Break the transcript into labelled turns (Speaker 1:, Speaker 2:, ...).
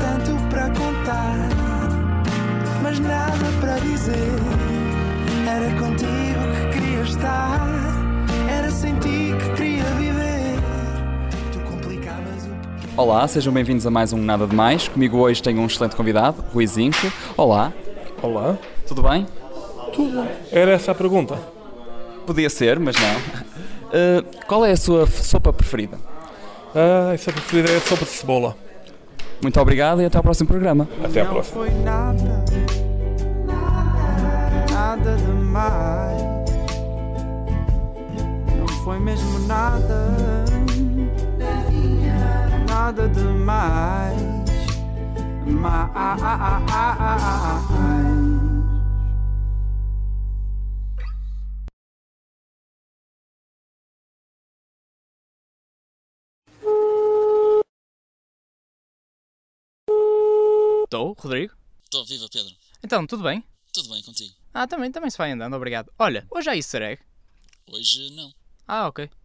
Speaker 1: tanto para contar, mas nada para dizer. Era contigo que queria estar, era sem ti que queria viver. Tu complicavas o pequeno.
Speaker 2: Olá, sejam bem-vindos a mais um Nada de Mais. Comigo hoje tenho um excelente convidado, Rui Zinco. Olá,
Speaker 3: Olá.
Speaker 2: tudo bem?
Speaker 3: Tudo. Era essa a pergunta.
Speaker 2: Podia ser, mas não. Eh, qual é a sua f- sopa preferida?
Speaker 3: Ah, essa preferida é sopa de cebola.
Speaker 2: Muito obrigado e até ao próximo programa.
Speaker 3: Até à
Speaker 1: Não
Speaker 3: próxima.
Speaker 1: foi nada, nada demais. Não foi mesmo nada, nada demais. ah, Mais.
Speaker 4: Estou, Rodrigo.
Speaker 5: Estou, viva Pedro.
Speaker 4: Então, tudo bem?
Speaker 5: Tudo bem contigo?
Speaker 4: Ah, também, também se vai andando, obrigado. Olha, hoje há easter egg.
Speaker 5: Hoje não.
Speaker 4: Ah, ok.